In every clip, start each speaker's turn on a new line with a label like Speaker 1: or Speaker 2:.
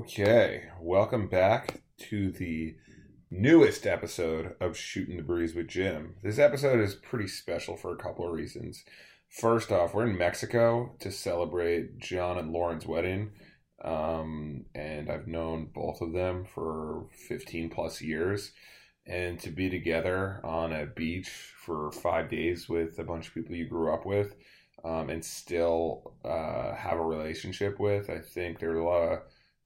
Speaker 1: Okay, welcome back to the newest episode of Shooting the Breeze with Jim. This episode is pretty special for a couple of reasons. First off, we're in Mexico to celebrate John and Lauren's wedding, um, and I've known both of them for 15 plus years. And to be together on a beach for five days with a bunch of people you grew up with um, and still uh, have a relationship with, I think there are a lot of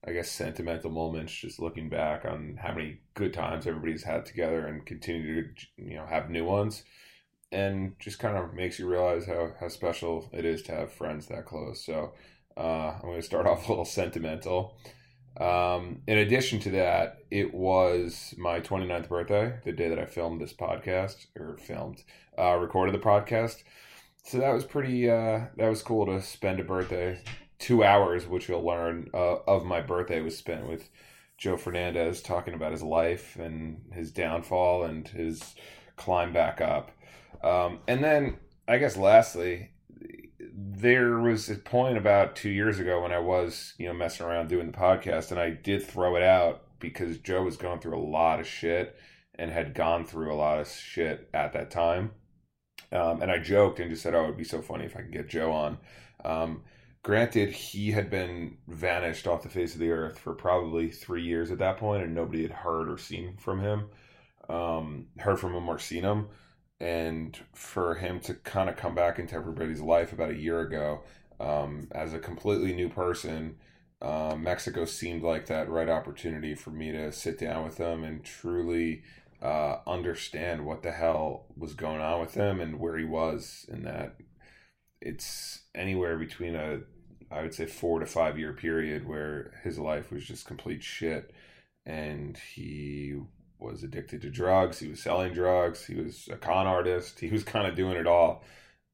Speaker 1: I guess sentimental moments, just looking back on how many good times everybody's had together and continue to you know have new ones, and just kind of makes you realize how how special it is to have friends that close. So uh, I'm going to start off a little sentimental. Um, in addition to that, it was my 29th birthday, the day that I filmed this podcast or filmed, uh, recorded the podcast. So that was pretty. Uh, that was cool to spend a birthday two hours, which you'll learn uh, of my birthday, was spent with Joe Fernandez talking about his life and his downfall and his climb back up. Um, and then, I guess, lastly, there was a point about two years ago when I was, you know, messing around doing the podcast, and I did throw it out because Joe was going through a lot of shit and had gone through a lot of shit at that time. Um, and I joked and just said, "Oh, it'd be so funny if I could get Joe on." Um, granted he had been vanished off the face of the earth for probably three years at that point and nobody had heard or seen from him um, heard from him or seen him and for him to kind of come back into everybody's life about a year ago um, as a completely new person uh, mexico seemed like that right opportunity for me to sit down with him and truly uh, understand what the hell was going on with him and where he was in that it's anywhere between a I would say four to five year period where his life was just complete shit and he was addicted to drugs, he was selling drugs, he was a con artist, he was kind of doing it all.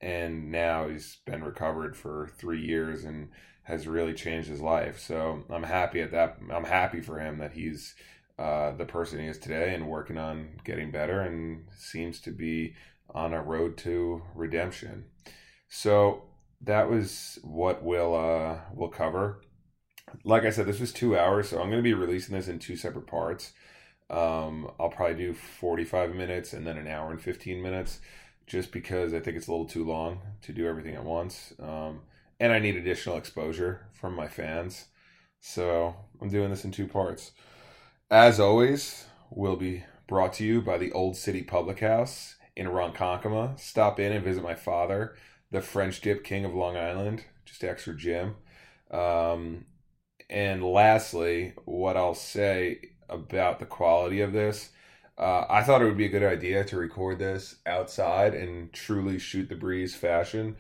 Speaker 1: And now he's been recovered for three years and has really changed his life. So I'm happy at that. I'm happy for him that he's uh, the person he is today and working on getting better and seems to be on a road to redemption. So that was what we'll uh, we'll cover. Like I said, this was two hours, so I'm going to be releasing this in two separate parts. Um, I'll probably do 45 minutes and then an hour and 15 minutes, just because I think it's a little too long to do everything at once, um, and I need additional exposure from my fans. So I'm doing this in two parts. As always, will be brought to you by the Old City Public House in Ronkonkoma. Stop in and visit my father the French dip king of Long Island, just extra Jim. Um, and lastly, what I'll say about the quality of this, uh, I thought it would be a good idea to record this outside and truly shoot the breeze fashion,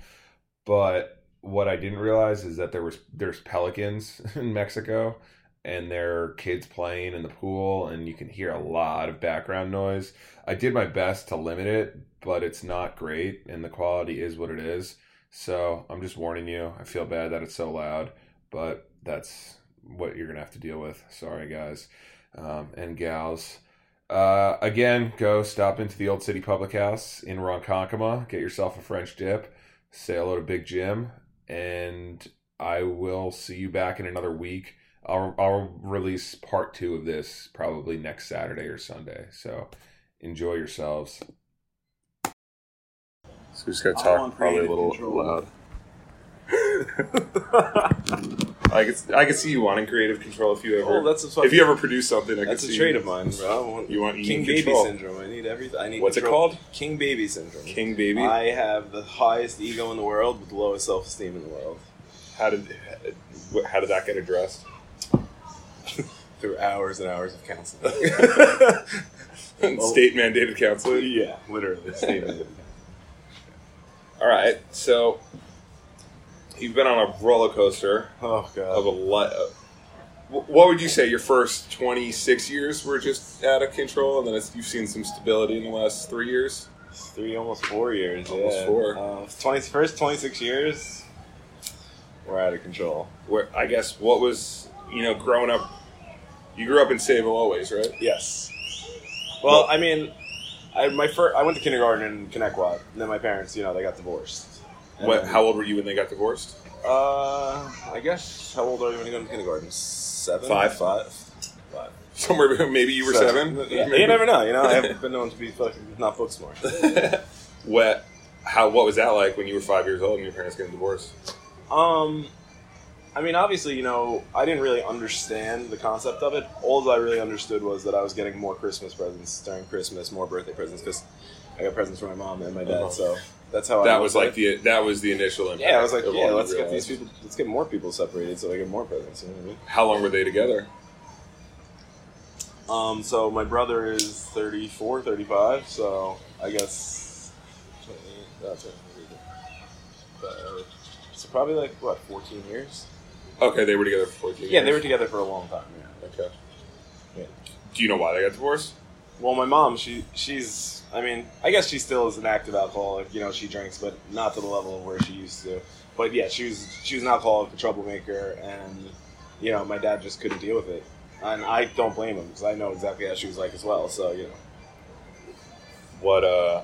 Speaker 1: but what I didn't realize is that there was there's pelicans in Mexico and there are kids playing in the pool and you can hear a lot of background noise. I did my best to limit it, but it's not great and the quality is what it is. So I'm just warning you. I feel bad that it's so loud, but that's what you're gonna have to deal with. Sorry, guys um, and gals. Uh, again, go stop into the Old City Public House in Ronkonkoma. Get yourself a French dip. Say hello to Big Jim, and I will see you back in another week. I'll, I'll release part two of this probably next Saturday or Sunday. So enjoy yourselves. So we just gotta
Speaker 2: I talk want probably a creative little control. loud.
Speaker 1: I could I could see you wanting creative control if you
Speaker 2: Oh, that's a fucking,
Speaker 3: If you ever produce something, I
Speaker 2: that's
Speaker 3: could
Speaker 2: a
Speaker 3: see
Speaker 2: trait of mine, bro. I want
Speaker 3: You want
Speaker 2: King
Speaker 3: eating
Speaker 2: Baby
Speaker 3: control.
Speaker 2: syndrome. I need everything. I need.
Speaker 3: What's it
Speaker 2: control.
Speaker 3: called?
Speaker 2: King Baby syndrome.
Speaker 3: King Baby.
Speaker 2: I have the highest ego in the world, with the lowest self esteem in the world.
Speaker 3: How did wh- how did that get addressed?
Speaker 2: Through hours and hours of counseling. Oh.
Speaker 3: State mandated counseling.
Speaker 2: yeah, literally. Statement.
Speaker 3: All right, so you've been on a roller coaster
Speaker 2: oh
Speaker 3: of
Speaker 2: god.
Speaker 3: a lot. Of, wh- what would you say your first twenty six years were just out of control, and then it's, you've seen some stability in the last three years?
Speaker 2: Three, almost four years.
Speaker 3: Almost
Speaker 2: yeah.
Speaker 3: four.
Speaker 2: Uh, twenty first twenty six years. We're out of control.
Speaker 3: Where I guess what was you know growing up, you grew up in Sable always, right?
Speaker 2: Yes. Well,
Speaker 3: Well-
Speaker 2: I mean, I my first, I went to kindergarten in Connecticut, and then my parents, you know, they got divorced.
Speaker 3: What? How old were you when they got divorced?
Speaker 2: Uh, I guess how old are you when you go into kindergarten? Seven,
Speaker 3: Five.
Speaker 2: five, five.
Speaker 3: Somewhere between- maybe you were seven.
Speaker 2: Yeah,
Speaker 3: Maybe.
Speaker 2: you never know. You know, I've been known to be fucking not book smart.
Speaker 3: what? How? What was that like when you were five years old and your parents getting divorced?
Speaker 2: Um, I mean, obviously, you know, I didn't really understand the concept of it. All I really understood was that I was getting more Christmas presents during Christmas, more birthday presents because I got presents from my mom and my
Speaker 3: Uh-huh.
Speaker 2: dad. So that's how Oh, I
Speaker 3: That
Speaker 2: looked
Speaker 3: was
Speaker 2: at
Speaker 3: like
Speaker 2: it.
Speaker 3: the that was the initial impact.
Speaker 2: yeah. I was like,
Speaker 3: of all
Speaker 2: yeah,
Speaker 3: you
Speaker 2: let's get these
Speaker 3: realized.
Speaker 2: people, let's get more people separated so I get more presents. You know what I mean?
Speaker 3: How long were they together?
Speaker 2: Um, so my brother is 34, 35, so I guess 28, uh, 28, uh, so probably like what 14 years?
Speaker 3: Okay, they were together for fourteen.
Speaker 2: Yeah, they were
Speaker 3: years.
Speaker 2: together for a long time. Yeah.
Speaker 3: Okay.
Speaker 2: Yeah.
Speaker 3: Do you know why they got divorced?
Speaker 2: Well, my mom, she she's I mean, I guess she still is an active alcoholic. You know, she drinks, but not to the level of where she used to. But yeah, she was she was an alcoholic, a troublemaker, and you know, my dad just couldn't deal with it, and I don't blame him because I know exactly how she was like as well. So you know.
Speaker 3: What? uh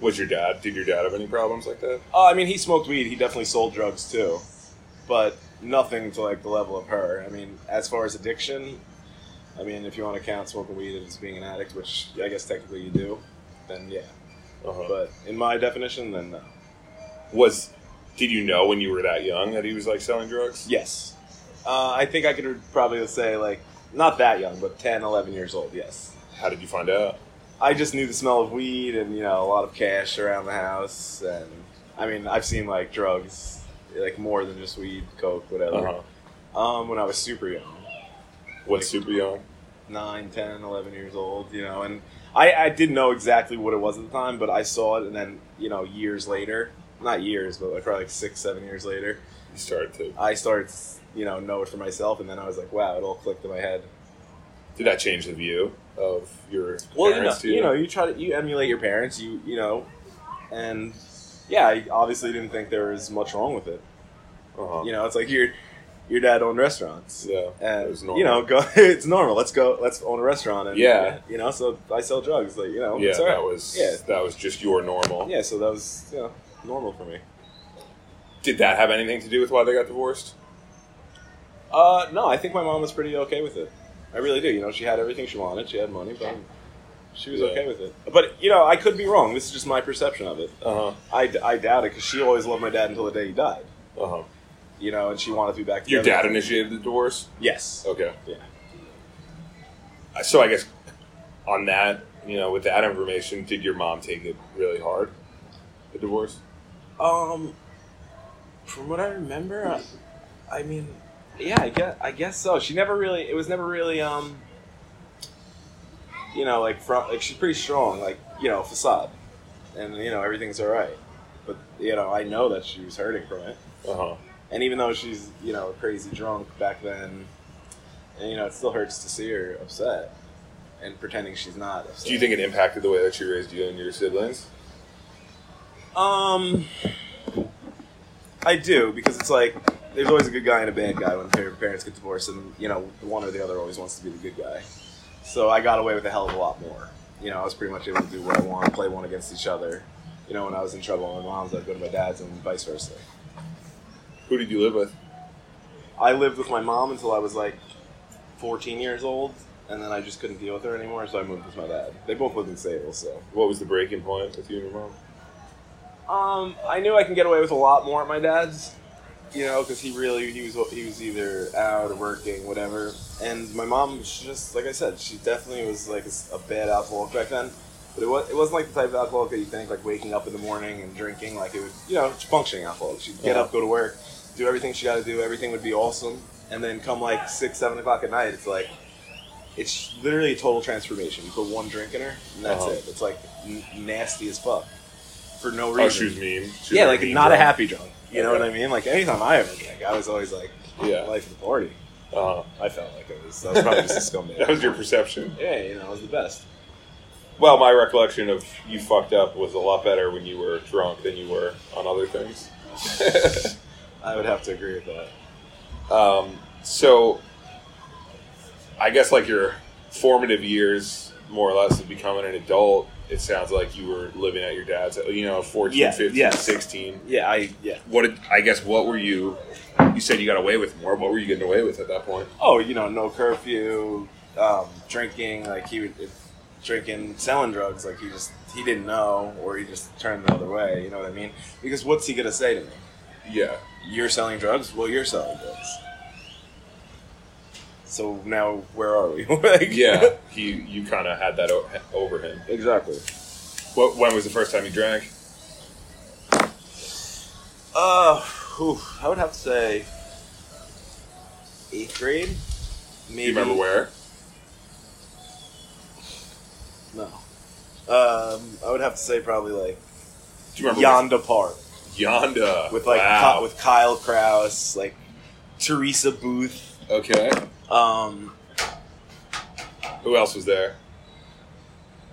Speaker 3: Was your dad? Did your dad have any problems like that?
Speaker 2: Oh, I mean, he smoked weed. He definitely sold drugs too, but nothing to like the level of her. I mean, as far as addiction, I mean, if you want to count smoking weed as being an addict, which I guess technically you do, then yeah.
Speaker 3: Uh-huh.
Speaker 2: But in my definition, then no.
Speaker 3: Was did you know when you were that young that he was like selling drugs?
Speaker 2: Yes. Uh, I think I could probably say like not that young, but 10, 11 years old. Yes.
Speaker 3: How did you find out?
Speaker 2: I just knew the smell of weed and you know a lot of cash around the house, and I mean, I've seen like drugs, like more than just weed, coke, whatever.
Speaker 3: Uh-huh.
Speaker 2: Um, when I was super young.
Speaker 3: What's super young?
Speaker 2: Nine, ten, eleven years old, you know, and I, I didn't know exactly what it was at the time, but I saw it, and then, you know, years later, not years, but like probably like six, seven years later,
Speaker 3: You started to.
Speaker 2: I started, you know, know it for myself, and then I was like, wow, it all clicked in my head.
Speaker 3: Did that change the view of your
Speaker 2: Well, you know,
Speaker 3: parents? to
Speaker 2: you know, you try to, you emulate your parents, you, you know, and yeah, I obviously didn't think there was much wrong with it.
Speaker 3: Uh-huh.
Speaker 2: You know, it's like your, your dad owned restaurants.
Speaker 3: Yeah.
Speaker 2: and
Speaker 3: It was normal.
Speaker 2: you know, go. It's normal. Let's go. Let's own a restaurant. And,
Speaker 3: Yeah.
Speaker 2: you know. So I sell drugs. Like you know,
Speaker 3: yeah,
Speaker 2: it's all right.
Speaker 3: that was
Speaker 2: Yeah.
Speaker 3: that was just your normal.
Speaker 2: yeah. So that was you know normal for me.
Speaker 3: Did that have anything to do with why they got divorced?
Speaker 2: Uh, no, I think my mom was pretty okay with it. I really do. You know, she had everything she wanted. She had money, but she was
Speaker 3: Yeah.
Speaker 2: okay with it. But you know, I could be wrong. This is just my perception of it.
Speaker 3: Uh
Speaker 2: I, I doubt it because she always loved my dad until the day he died.
Speaker 3: huh. Uh huh.
Speaker 2: You know, and she wanted to be back.
Speaker 3: Your
Speaker 2: together.
Speaker 3: dad initiated the divorce.
Speaker 2: Yes.
Speaker 3: Okay.
Speaker 2: Yeah.
Speaker 3: Uh, So I guess on that, you know, with that information, did your mom take it really hard? The divorce.
Speaker 2: Um, from what I remember, I, I mean, yeah, I guess I guess so. She never really. It was never really. Um, you know, like from like she's pretty strong, like you know, facade, and you know everything's all right. But you know, I know that she was hurting from it,
Speaker 3: Uh huh.
Speaker 2: and even though she's you know crazy drunk back then, and you know it still hurts to see her upset and pretending she's not. Upset.
Speaker 3: Do you think it impacted the way that she raised you and your siblings?
Speaker 2: Um, I do because it's like there's always a good guy and a bad guy when par- parents get divorced, and you know one or the other always wants to be the good guy. So I got away with a hell of a lot more. You know, I was pretty much able to do what I want, play one against each other. You know, when I was in trouble on my mom's, I'd go to my dad's, and vice versa.
Speaker 3: Who did you live with?
Speaker 2: I lived with my mom until I was like 14 years old, and then I just couldn't deal with her anymore, so I moved with my dad. They both lived in Sable, so.
Speaker 3: What was the breaking point with you and your mom?
Speaker 2: Um, I knew I can get away with a lot more at my dad's, you know, because he really he was he was either out or working, whatever. And my mom, she just like I said, she definitely was like a s- a bad alcoholic back then. But it, was, it wasn't like the type of alcoholic that you think, like waking up in the morning and drinking. Like it was, you know, it's functioning alcoholic. She'd get
Speaker 3: Yeah.
Speaker 2: up, go to work, do everything she got to do. Everything would be awesome, and then come like six, seven o'clock at night, it's like it's literally a total transformation. You put one drink in her, and that's
Speaker 3: Uh-huh.
Speaker 2: it. It's like n- nasty as fuck for no reason
Speaker 3: Oh, she was mean. She was a
Speaker 2: yeah, like
Speaker 3: mean
Speaker 2: not a
Speaker 3: girl.
Speaker 2: happy drunk. You know
Speaker 3: Okay.
Speaker 2: what I mean? Like anytime I ever drank, I was always like,
Speaker 3: Yeah.
Speaker 2: life of the party.
Speaker 3: Uh-huh.
Speaker 2: I felt like I was, I was probably just a
Speaker 3: That
Speaker 2: scumbag.
Speaker 3: was your perception.
Speaker 2: Yeah, you know, I was the best.
Speaker 3: Well, my recollection of you fucked up was a lot better when you were drunk than you were on other things.
Speaker 2: I would have to agree with that.
Speaker 3: Um, so, I guess like your formative years, more or less, of becoming an adult, it sounds like you were living at your dad's, you know, 14,
Speaker 2: Yeah,
Speaker 3: 15,
Speaker 2: yeah.
Speaker 3: 16.
Speaker 2: Yeah, I yeah.
Speaker 3: What did, I guess what were you, you said you got away with more. What were you getting away with at that point?
Speaker 2: Oh, you know, no curfew, um, drinking like he would if, drinking, selling drugs like he just he didn't know or he just turned the other way. You know what I mean? Because what's he gonna say to me?
Speaker 3: Yeah.
Speaker 2: You're selling drugs. Well, you're selling drugs. So now where are we? Like-
Speaker 3: Yeah. he, you kind of had that o- over him.
Speaker 2: exactly.
Speaker 3: What, when was the first time you drank?
Speaker 2: Uh, whew, I would have to say eighth grade.
Speaker 3: Do
Speaker 2: Maybe.
Speaker 3: you remember where?
Speaker 2: No. Um, I would have to say probably like
Speaker 3: Do you remember?
Speaker 2: Yonda Park
Speaker 3: where- Yonda.
Speaker 2: with like
Speaker 3: wow.
Speaker 2: Ki- with Kyle Kraus, like Teresa Booth.
Speaker 3: Okay.
Speaker 2: Um,
Speaker 3: Who else was there?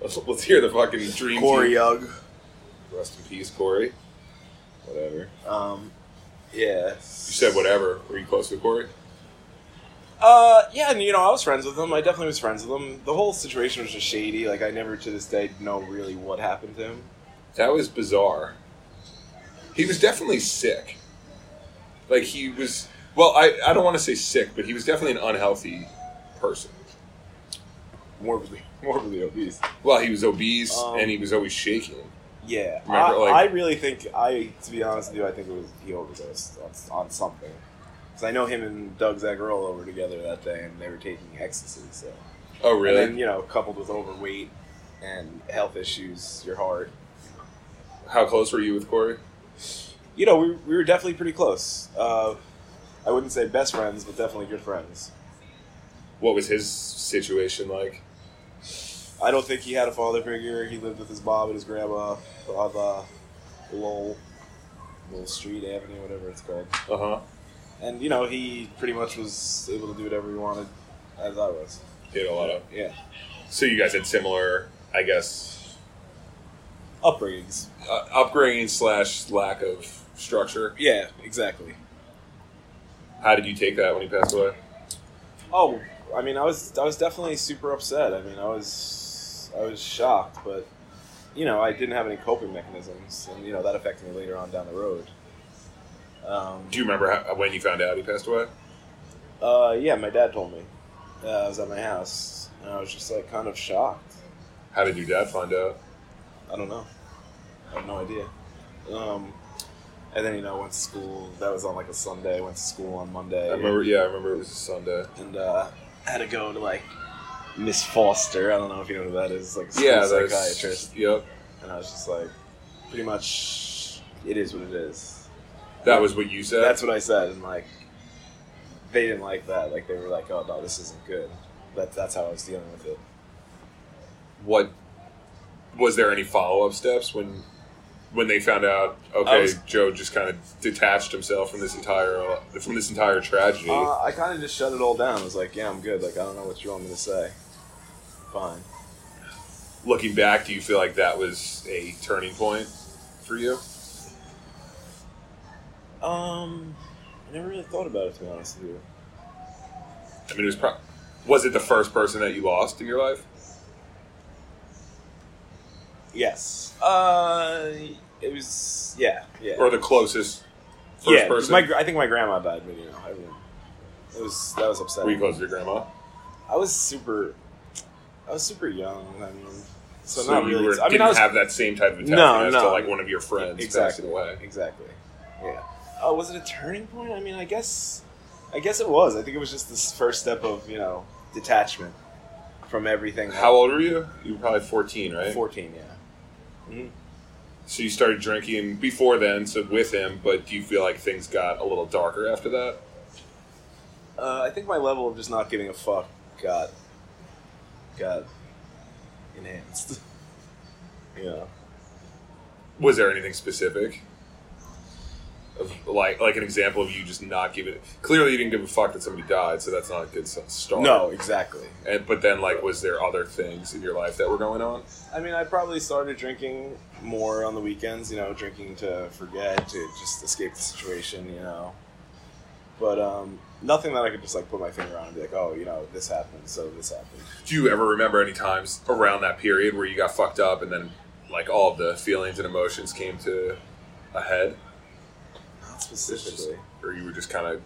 Speaker 3: Let's, let's hear the fucking dream.
Speaker 2: Corey
Speaker 3: team.
Speaker 2: Young.
Speaker 3: Rest in peace, Corey. Whatever. You
Speaker 2: Um, yeah. You
Speaker 3: said whatever. Were you close with Corey?
Speaker 2: Uh, yeah, and you know, I was friends with him. I definitely was friends with him. The whole situation was just shady. Like, I never to this day know really what happened to him.
Speaker 3: That was bizarre. He was definitely sick. Like he was. Well, I, I don't want to say sick, but he was definitely an unhealthy person.
Speaker 2: Morbidly, morbidly obese.
Speaker 3: Well, he was obese
Speaker 2: Um,
Speaker 3: and he was always shaking.
Speaker 2: Yeah,
Speaker 3: Remember,
Speaker 2: I,
Speaker 3: like-
Speaker 2: I really think I, to be honest with you, I think it was he overdosed on, on something. Because I know him and Doug Zagarola were together that day, and they were taking ecstasy. So
Speaker 3: Oh, really?
Speaker 2: and then, you know, coupled with overweight and health issues, your heart.
Speaker 3: How close were you with Corey?
Speaker 2: You know, we, we were definitely pretty close. Uh, I wouldn't say best friends, but definitely good friends.
Speaker 3: What was his situation like?
Speaker 2: I don't think he had a father figure. He lived with his mom and his grandma on uh, Lowell, Lowell Street Avenue, whatever it's called.
Speaker 3: Uh huh.
Speaker 2: And you know, he pretty much was able to do whatever he wanted, as I was.
Speaker 3: He had a lot of.
Speaker 2: Yeah,
Speaker 3: So you guys had similar, I guess,
Speaker 2: upbringings.
Speaker 3: uh, upbringing slash lack of structure.
Speaker 2: Yeah, exactly.
Speaker 3: How did you take that when he passed away?
Speaker 2: Oh, I mean, I was I was definitely super upset. I mean, I was I was shocked, but you know, I didn't have any coping mechanisms, and you know that affected me later on down the road. Um,
Speaker 3: Do you remember how, when you found out he passed away?
Speaker 2: Uh, yeah, my dad told me. Uh, I was at my house, and I was just like kind of shocked.
Speaker 3: How did your dad find out?
Speaker 2: I don't know. I have no idea. Um, and then you know, went to school. That was on like a Sunday. Went to school on Monday,
Speaker 3: I remember. Yeah, I remember it was a Sunday.
Speaker 2: and uh, had to go to like Miss Foster. I don't know if you know who that is. Like a school
Speaker 3: Yeah, that's-
Speaker 2: psychiatrist.
Speaker 3: Yep,
Speaker 2: And I was just like, pretty much, it is what it is.
Speaker 3: that was what you said.
Speaker 2: That's what I said, and like, they didn't like that. Like they were like, "Oh no, this isn't good." That, that's how I was dealing with it.
Speaker 3: what. Was there any follow up steps when, when they found out? Okay,
Speaker 2: was-
Speaker 3: Joe just kind of detached himself from this entire from this entire tragedy.
Speaker 2: Uh, I kind of just shut it all down. I was like, "Yeah, I'm good." Like I don't know what you want me to say. Fine.
Speaker 3: Looking back, do you feel like that was a turning point for you?
Speaker 2: Um, I never really thought about it to be honest with you.
Speaker 3: I mean, it was pro- was it the first person that you lost in your life?
Speaker 2: Yes. Uh, it was yeah, yeah.
Speaker 3: or the closest first
Speaker 2: yeah,
Speaker 3: person.
Speaker 2: My, gr- I think my grandma died, but you know, I mean, it was that was upsetting.
Speaker 3: Were you close to your grandma?
Speaker 2: I was super, I was super young. I mean, so,
Speaker 3: So
Speaker 2: not
Speaker 3: you
Speaker 2: really.
Speaker 3: were,
Speaker 2: I mean,
Speaker 3: didn't
Speaker 2: I was
Speaker 3: have that same type of attachment
Speaker 2: No,
Speaker 3: as to
Speaker 2: no.
Speaker 3: like one of your friends
Speaker 2: exactly
Speaker 3: passing away.
Speaker 2: Exactly. Yeah. Oh, was it a turning point? I mean, I guess, I guess it was. I think it was just this first step of you know detachment from everything.
Speaker 3: How old were you? You were probably fourteen, right?
Speaker 2: Fourteen. Yeah.
Speaker 3: So you started drinking before then, so with him. But do you feel like things got a little darker after that?
Speaker 2: Uh, I think my level of just not giving a fuck got got enhanced. yeah.
Speaker 3: Was there anything specific? Of like, like an example of you just not giving. Clearly, you didn't give a fuck that somebody died, so that's not a good s- start.
Speaker 2: No, exactly.
Speaker 3: And, but then, like, was there other things in your life that were going on?
Speaker 2: I mean, I probably started drinking more on the weekends. You know, drinking to forget, to just escape the situation. You know, but um, nothing that I could just like put my finger on and be like, oh, you know, this happened, so this happened.
Speaker 3: Do you ever remember any times around that period where you got fucked up and then like all of the feelings and emotions came to a head,
Speaker 2: Not specifically.
Speaker 3: or you were just kind of,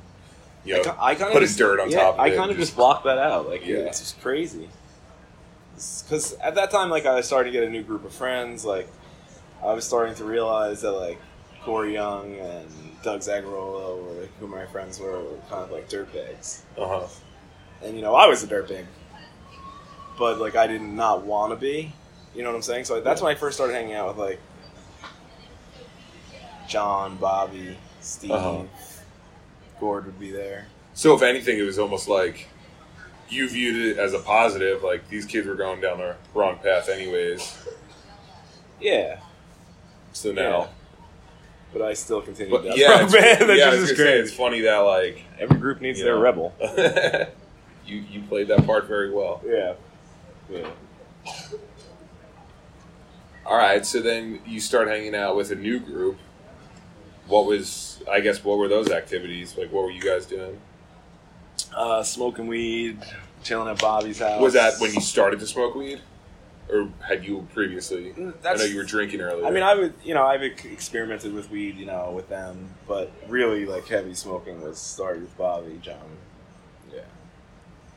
Speaker 3: you
Speaker 2: I,
Speaker 3: know,
Speaker 2: ki- I kind of
Speaker 3: put his dirt on
Speaker 2: yeah,
Speaker 3: top of
Speaker 2: I
Speaker 3: it
Speaker 2: kind
Speaker 3: and
Speaker 2: of
Speaker 3: just-
Speaker 2: just blocked that out. Like,
Speaker 3: Yeah.
Speaker 2: it's just crazy. Because at that time, like, I was starting to get a new group of friends. Like, I was starting to realize that, like, Corey Young and Doug Zagarolo were, like, who my friends were, were kind of like dirtbags.
Speaker 3: uh-huh.
Speaker 2: And, you know, I was a dirtbag. But, like, I did not want to be. You know what I'm saying? So like, that's when I first started hanging out with, like, John, Bobby, Steve.
Speaker 3: Uh-huh.
Speaker 2: Gord would be there.
Speaker 3: So if anything, it was almost like you viewed it as a positive. Like these kids were going down the wrong path, anyways.
Speaker 2: Yeah.
Speaker 3: So now,
Speaker 2: but I still continue.
Speaker 3: but
Speaker 2: down
Speaker 3: yeah,
Speaker 2: the road.
Speaker 3: it's,
Speaker 2: man,
Speaker 3: yeah, I
Speaker 2: that's
Speaker 3: was
Speaker 2: just
Speaker 3: gonna say,
Speaker 2: great.
Speaker 3: it's funny that like
Speaker 2: Every group needs
Speaker 3: you
Speaker 2: their
Speaker 3: know.
Speaker 2: rebel.
Speaker 3: you you played that part very well.
Speaker 2: Yeah, yeah.
Speaker 3: All right, so then you start hanging out with a new group. What was I guess what were those activities like? What were you guys doing?
Speaker 2: Uh, smoking weed, chilling at Bobby's house.
Speaker 3: Was that when you started to smoke weed, or had you previously?
Speaker 2: Mm, That's,
Speaker 3: I know you were drinking earlier.
Speaker 2: I mean, I would. You know, I've ex- experimented with weed. You know, with them, but really, like heavy smoking was started with Bobby, John. Yeah.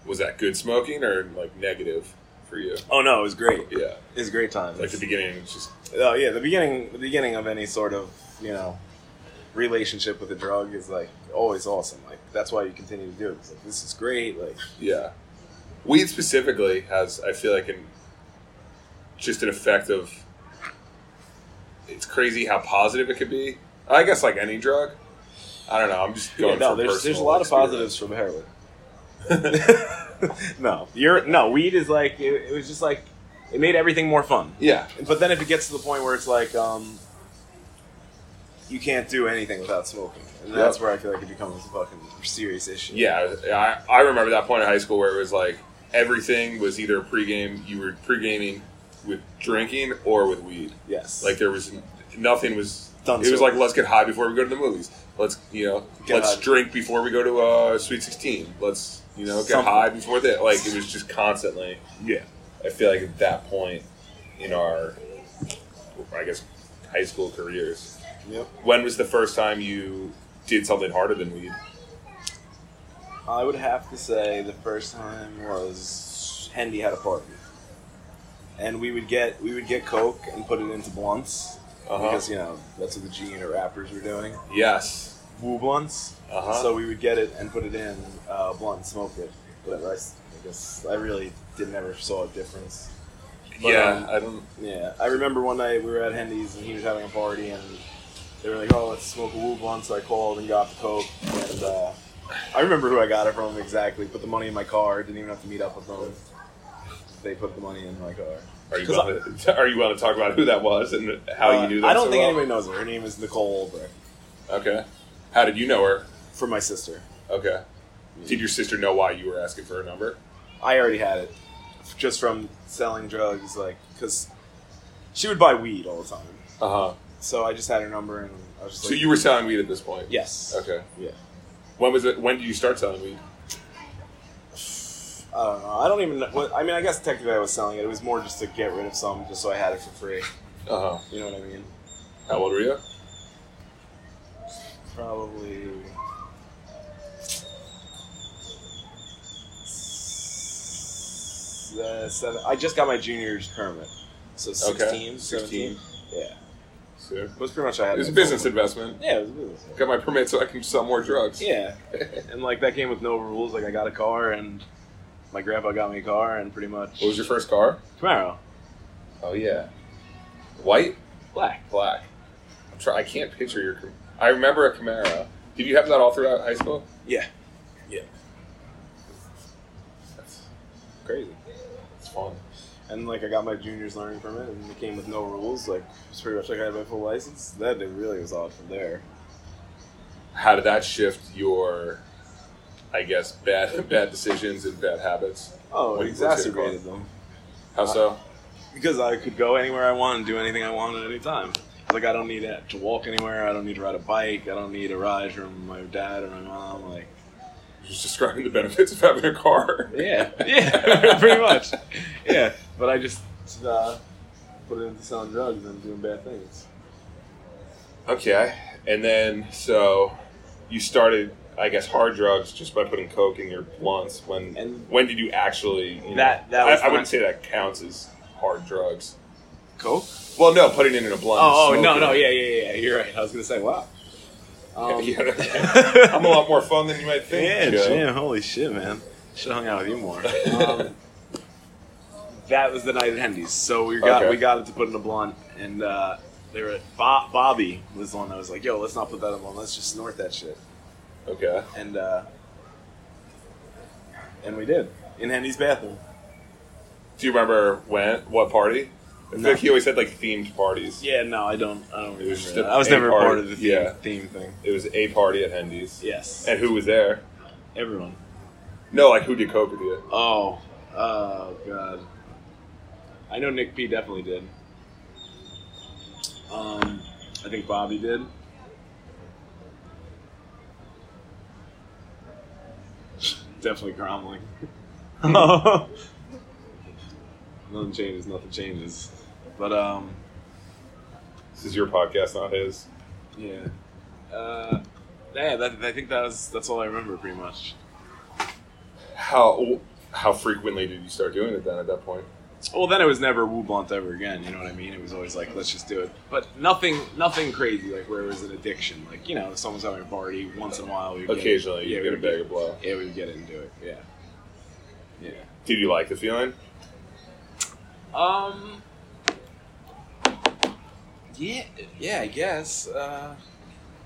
Speaker 3: was that good smoking or like negative for you?
Speaker 2: Oh no, it was great.
Speaker 3: Yeah,
Speaker 2: It was great time.
Speaker 3: like the beginning, it's just
Speaker 2: oh yeah, the beginning. The beginning of any sort of you know relationship with a drug is like always awesome. Like that's why you continue to do it. It's like this is great. Like
Speaker 3: Yeah. Weed specifically has, I feel like, an, just an effect of. It's crazy how positive it could be. I guess like any drug. I don't know. I'm just going
Speaker 2: Yeah, no,
Speaker 3: for
Speaker 2: there's there's a
Speaker 3: personal
Speaker 2: lot of
Speaker 3: experience.
Speaker 2: positives from heroin. no, you're no weed is like it, it was just like it made everything more fun.
Speaker 3: Yeah.
Speaker 2: But then if it gets to the point where it's like um, you can't do anything without smoking, and
Speaker 3: Yep.
Speaker 2: that's where I feel like it becomes a fucking serious issue.
Speaker 3: Yeah. I, I remember that point in high school where it was like everything was either pregame, you were pregaming with drinking or with weed.
Speaker 2: Yes.
Speaker 3: Like there was nothing was
Speaker 2: Done
Speaker 3: It was
Speaker 2: so.
Speaker 3: like let's get high before we go to the movies. Let's you know
Speaker 2: Get
Speaker 3: let's
Speaker 2: high.
Speaker 3: drink before we go to uh, Sweet Sixteen. Let's you know get
Speaker 2: Something.
Speaker 3: high before that. Like it was just constantly.
Speaker 2: yeah.
Speaker 3: I feel like at that point in our, I guess, high school careers,
Speaker 2: Yep.
Speaker 3: when was the first time you did something harder than weed?
Speaker 2: I would have to say the first time was Hendy had a party, and we would get we would get coke and put it into blunts
Speaker 3: Uh-huh.
Speaker 2: because you know that's what the G unit rappers were doing.
Speaker 3: Yes.
Speaker 2: woo blunts.
Speaker 3: Uh-huh.
Speaker 2: So we would get it and put it in uh, blunt, smoke it. Whatever. I, s- I guess I really did never saw a difference. But,
Speaker 3: yeah.
Speaker 2: um,
Speaker 3: I don't.
Speaker 2: Yeah, I remember one night we were at Hendy's and he was having a party and they were like, "Oh, let's smoke a woo blunt." So I called and got the coke and uh, I remember who I got it from exactly. Put the money in my car. Didn't even have to meet up with them. They put the money in my car.
Speaker 3: Are you
Speaker 2: 'cause
Speaker 3: willing to, Are you willing to talk about who that was and how
Speaker 2: Uh,
Speaker 3: you knew that?
Speaker 2: I don't
Speaker 3: so
Speaker 2: think
Speaker 3: well?
Speaker 2: anybody knows her. Her name is Nicole Olbrich.
Speaker 3: Okay. How did you know her?
Speaker 2: For my sister,
Speaker 3: Okay. Did your sister know why you were asking for a number?
Speaker 2: I already had it just from selling drugs, like, because she would buy weed all the time.
Speaker 3: Uh huh.
Speaker 2: So I just had her number and I was just
Speaker 3: So
Speaker 2: like,
Speaker 3: you were selling weed at this point?
Speaker 2: Yes.
Speaker 3: Okay.
Speaker 2: Yeah.
Speaker 3: When was it? When did you start selling weed?
Speaker 2: I don't know. I don't even know. What, I mean, I guess technically I was selling it. It was more just to get rid of some, just so I had it for free.
Speaker 3: Uh huh.
Speaker 2: You know what I mean?
Speaker 3: How old were you?
Speaker 2: Probably. 's- Uh, seven. I just got my junior's permit. So 16,
Speaker 3: Okay.
Speaker 2: 17. Yeah.
Speaker 3: So
Speaker 2: It was pretty much I had
Speaker 3: it was a
Speaker 2: it.
Speaker 3: business investment.
Speaker 2: Yeah, it was a business.
Speaker 3: Got my permit so I can sell more drugs.
Speaker 2: Yeah, and like that came with no rules. Like I got a car, and my grandpa got me a car, and pretty much
Speaker 3: What was your first car?
Speaker 2: Camaro
Speaker 3: Oh yeah. White,
Speaker 2: black.
Speaker 3: black. I'm try- I can't picture your. Cam- I remember a Camaro. Did you have that all throughout high school?
Speaker 2: Yeah,
Speaker 3: That's,
Speaker 2: crazy.
Speaker 3: that's fun.
Speaker 2: And like I got my junior's learning permit, and it came with no rules. Like it's pretty much like I had my full license. That it really was odd from there.
Speaker 3: How did that shift your, I guess, bad bad decisions and bad habits?
Speaker 2: Oh,
Speaker 3: What-
Speaker 2: it
Speaker 3: what's your car?
Speaker 2: exacerbated them
Speaker 3: How so?
Speaker 2: Uh, because I could go anywhere I wanted, do anything I wanted at any time. Like I don't need to walk anywhere. I don't need to ride a bike. I don't need a ride from my dad or my mom. Like
Speaker 3: Just describing the benefits of having a car.
Speaker 2: yeah, yeah, pretty much. Yeah, but I just uh, put it into selling drugs and doing bad things.
Speaker 3: Okay, and then so you started, I guess, hard drugs just by putting coke in your blunts. When
Speaker 2: And-
Speaker 3: when did you actually? You
Speaker 2: That-
Speaker 3: know,
Speaker 2: that
Speaker 3: I-
Speaker 2: was
Speaker 3: I,
Speaker 2: when-
Speaker 3: wouldn't say that counts as hard drugs.
Speaker 2: Coke.
Speaker 3: Well, no, putting it in a blunt.
Speaker 2: Oh, oh
Speaker 3: and
Speaker 2: no,
Speaker 3: smoking
Speaker 2: no,
Speaker 3: it.
Speaker 2: yeah, yeah, yeah. You're right. I was gonna say, wow. Um, uh,
Speaker 3: Yeah, that- I'm a lot more fun than you might think.
Speaker 2: Yeah,
Speaker 3: Joe.
Speaker 2: Jim, holy shit, man. Should have hung out with you more. Um, that was the night at Hendy's. So we got
Speaker 3: Okay.
Speaker 2: we got it to put in a blunt, and uh, they were Bob, Bobby was the one that was like, "Yo, let's not put that in a blunt. Let's just snort that shit."
Speaker 3: Okay.
Speaker 2: And uh, and we did in Hendy's bathroom.
Speaker 3: Do you remember when? What party? I
Speaker 2: No.
Speaker 3: think he always had like themed parties.
Speaker 2: Yeah, no, I don't. I don't
Speaker 3: It was
Speaker 2: remember.
Speaker 3: just
Speaker 2: that.
Speaker 3: a-
Speaker 2: I was
Speaker 3: a
Speaker 2: never a part
Speaker 3: party.
Speaker 2: of the theme,
Speaker 3: Yeah.
Speaker 2: theme thing.
Speaker 3: It was a party at Hendy's.
Speaker 2: Yes,
Speaker 3: And who was there?
Speaker 2: everyone.
Speaker 3: No, like who did coke with you?
Speaker 2: Oh, oh god. I know Nick P definitely did. Um, I think Bobby did. Definitely Gromling. nothing changes. Nothing changes. But um,
Speaker 3: This is your podcast, not his.
Speaker 2: yeah. Uh, yeah. That, I think that was that's all I remember pretty much.
Speaker 3: How how frequently did you start doing it then? At that point,
Speaker 2: Well, then it was never Woo Blunt ever again. You know what I mean? It was always like, let's just do it. But nothing, nothing crazy. Like where it was an addiction. Like you know, if someone's having a party once in a while. We would
Speaker 3: occasionally
Speaker 2: get
Speaker 3: you
Speaker 2: it.
Speaker 3: get a
Speaker 2: we
Speaker 3: bag
Speaker 2: would
Speaker 3: of blow.
Speaker 2: Get, yeah, we would get it and do it. Yeah, yeah.
Speaker 3: Did you like the feeling?
Speaker 2: Um. Yeah, yeah. I guess. Uh,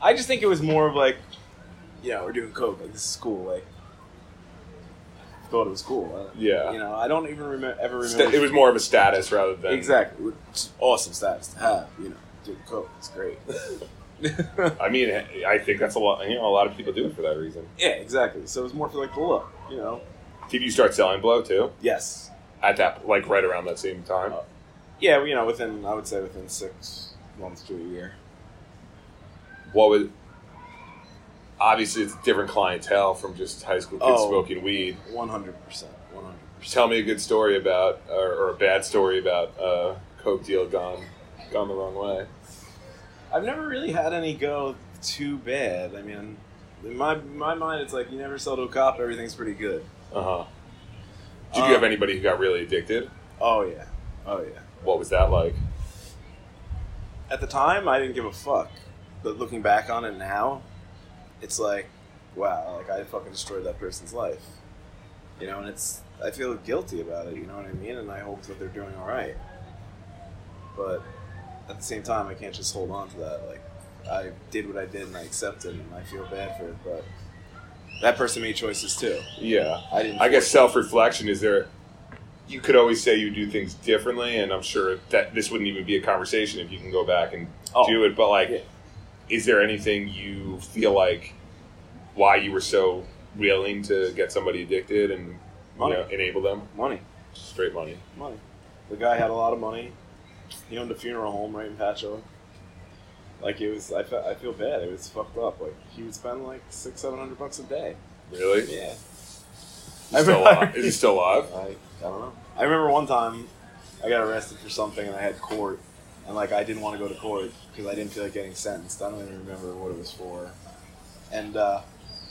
Speaker 2: I just think it was more of like, yeah, we're doing coke. Like this is cool. Like, thought it was cool. I-
Speaker 3: Yeah.
Speaker 2: uh, You know, I don't even remember ever remember.
Speaker 3: Sta- it was more of a status rather than
Speaker 2: Exactly. It's awesome status to have, you know. Dude, coke, it's great.
Speaker 3: I mean, I think that's a lot. You know, a lot of people do it for that reason.
Speaker 2: yeah, exactly. So it's more for like the look, you know.
Speaker 3: Did you start selling blow too
Speaker 2: Yes.
Speaker 3: at that like right around that same time?
Speaker 2: Oh. Yeah, well, you know, within I would say within six months to a year.
Speaker 3: What was obviously it's a different clientele from just high school kids
Speaker 2: Oh.
Speaker 3: smoking weed.
Speaker 2: One hundred percent. One hundred percent.
Speaker 3: Tell me a good story about or, or a bad story about a coke deal gone gone the wrong way.
Speaker 2: I've never really had any go too bad. I mean in my my mind it's like you never sell to a cop, everything's pretty good.
Speaker 3: Uh huh. Did
Speaker 2: Um,
Speaker 3: you have anybody who got really addicted?
Speaker 2: Oh yeah. Oh yeah.
Speaker 3: What was that like?
Speaker 2: At the time I didn't give a fuck. But looking back on it now, it's like, wow, like I fucking destroyed that person's life. You know, and it's I feel guilty about it, you know what I mean? And I hope that they're doing alright. But at the same time I can't just hold on to that. Like I did what I did and I accept it and I feel bad for it, but that person made choices too.
Speaker 3: Yeah.
Speaker 2: I didn't
Speaker 3: I guess self reflection is there. You could always say you do things differently, and I'm sure that this wouldn't even be a conversation if you can go back and
Speaker 2: Oh,
Speaker 3: do it. But like,
Speaker 2: yeah.
Speaker 3: is there anything you feel like why you were so willing to get somebody addicted and you
Speaker 2: Money.
Speaker 3: know, enable them?
Speaker 2: money.
Speaker 3: Straight money.
Speaker 2: Money. The guy had a lot of money. He owned a funeral home right in Patchogue. Like it was, I, fe- I feel bad. It was fucked up. Like he would spend like six, seven hundred bucks a day.
Speaker 3: Really?
Speaker 2: Yeah.
Speaker 3: Is he still alive? Is he still alive?
Speaker 2: I, I don't know. I remember one time I got arrested for something and I had court, and like I didn't want to go to court because I didn't feel like getting sentenced. I don't even remember what it was for. And uh,